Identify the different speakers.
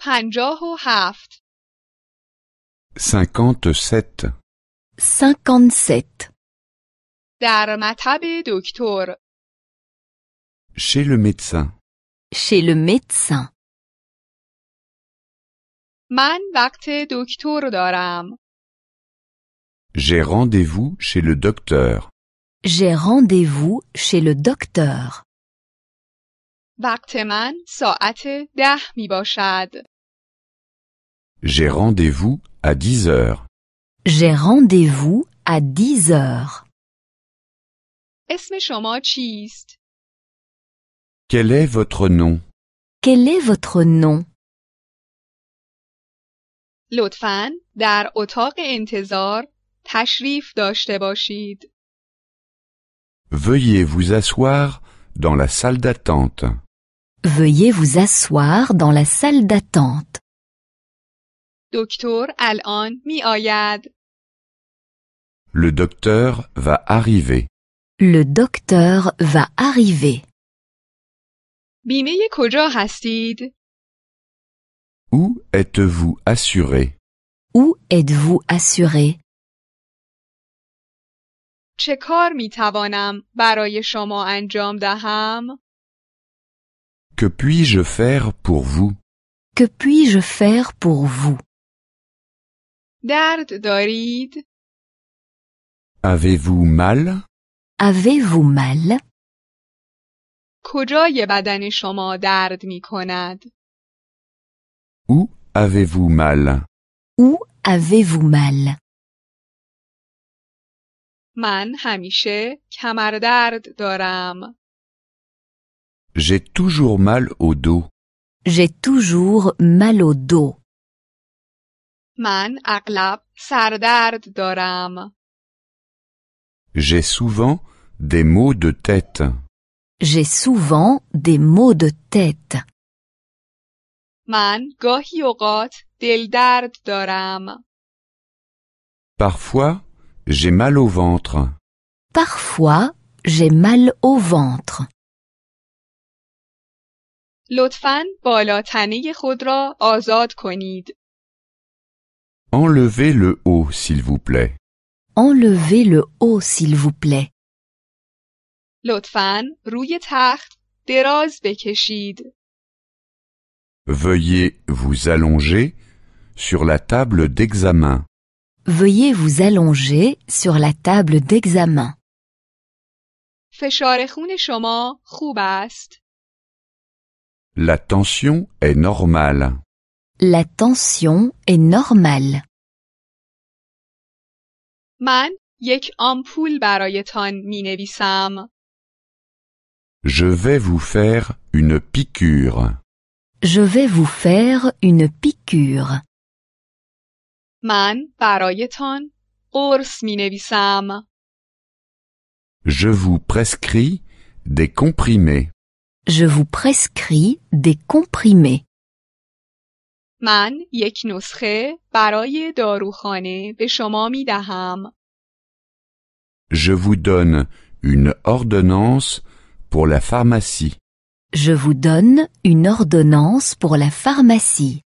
Speaker 1: پنجاه و هفت
Speaker 2: 57.
Speaker 3: 57.
Speaker 1: در مطب دکتر
Speaker 2: Chez le médecin.
Speaker 3: Chez le médecin.
Speaker 1: من وقت دکتر دارم
Speaker 2: J'ai rendez-vous chez le docteur.
Speaker 3: J'ai rendez-vous chez le docteur.
Speaker 1: وقت من ساعت ده می باشد
Speaker 2: J'ai rendez-vous à 10 heures.
Speaker 3: J'ai rendez-vous à 10 heures.
Speaker 1: اسم شما چیست؟
Speaker 2: Quel est votre nom
Speaker 3: Quel est votre nom
Speaker 1: لطفاً در اتاق انتظار تشریف داشته باشید
Speaker 2: Veuillez vous asseoir dans la salle d'attente.
Speaker 3: Veuillez vous asseoir dans la salle d'attente.
Speaker 1: دکتر الان می آید
Speaker 2: Le docteur va arriver.
Speaker 3: Le docteur va arriver.
Speaker 1: بیمه کجا هستید؟
Speaker 2: Où êtes-vous assuré
Speaker 3: Où êtes-vous assuré
Speaker 1: چه کار می توانم برای شما انجام دهم؟
Speaker 2: Que puis-je faire pour vous
Speaker 3: Que puis-je faire pour vous
Speaker 1: درد دارید؟
Speaker 2: Avez-vous mal
Speaker 3: Avez-vous mal
Speaker 1: کجای بدن شما درد می کند؟
Speaker 2: Où avez-vous mal
Speaker 3: Où avez-vous mal
Speaker 1: من همیشه کمردرد دارم.
Speaker 2: J'ai toujours mal au dos.
Speaker 3: J'ai toujours mal au dos.
Speaker 1: من اغلب سردرد دارم.
Speaker 2: J'ai souvent des maux de tête.
Speaker 3: J'ai souvent des maux de tête.
Speaker 1: من گاهی اوقات دلدرد دارم.
Speaker 2: Parfois, j'ai mal au ventre.
Speaker 3: Parfois, j'ai mal au ventre.
Speaker 1: لطفاً بالاتنه خود را آزاد کنید.
Speaker 2: Enlevez le haut, s'il vous plaît.
Speaker 3: Enlevez le haut, s'il vous plaît.
Speaker 1: لطفاً روی تخت دراز بکشید.
Speaker 2: Veuillez vous allonger sur la table d'examen.
Speaker 3: Veuillez vous allonger sur la table d'examen.
Speaker 1: فشار خون شما خوب است.
Speaker 2: La tension est normale.
Speaker 3: La tension est normale.
Speaker 1: من یک آمپول برایتان می نویسم.
Speaker 2: Je vais vous faire une piqûre.
Speaker 3: Je vais vous faire une piqûre.
Speaker 1: من برایتان قرص می نویسم.
Speaker 2: Je vous prescris des comprimés.
Speaker 3: Je vous prescris des comprimés.
Speaker 1: من یک نسخه برای داروخانه به شما می دهم.
Speaker 2: Je vous donne une ordonnance pour la pharmacie.
Speaker 3: Je vous donne une ordonnance pour la pharmacie.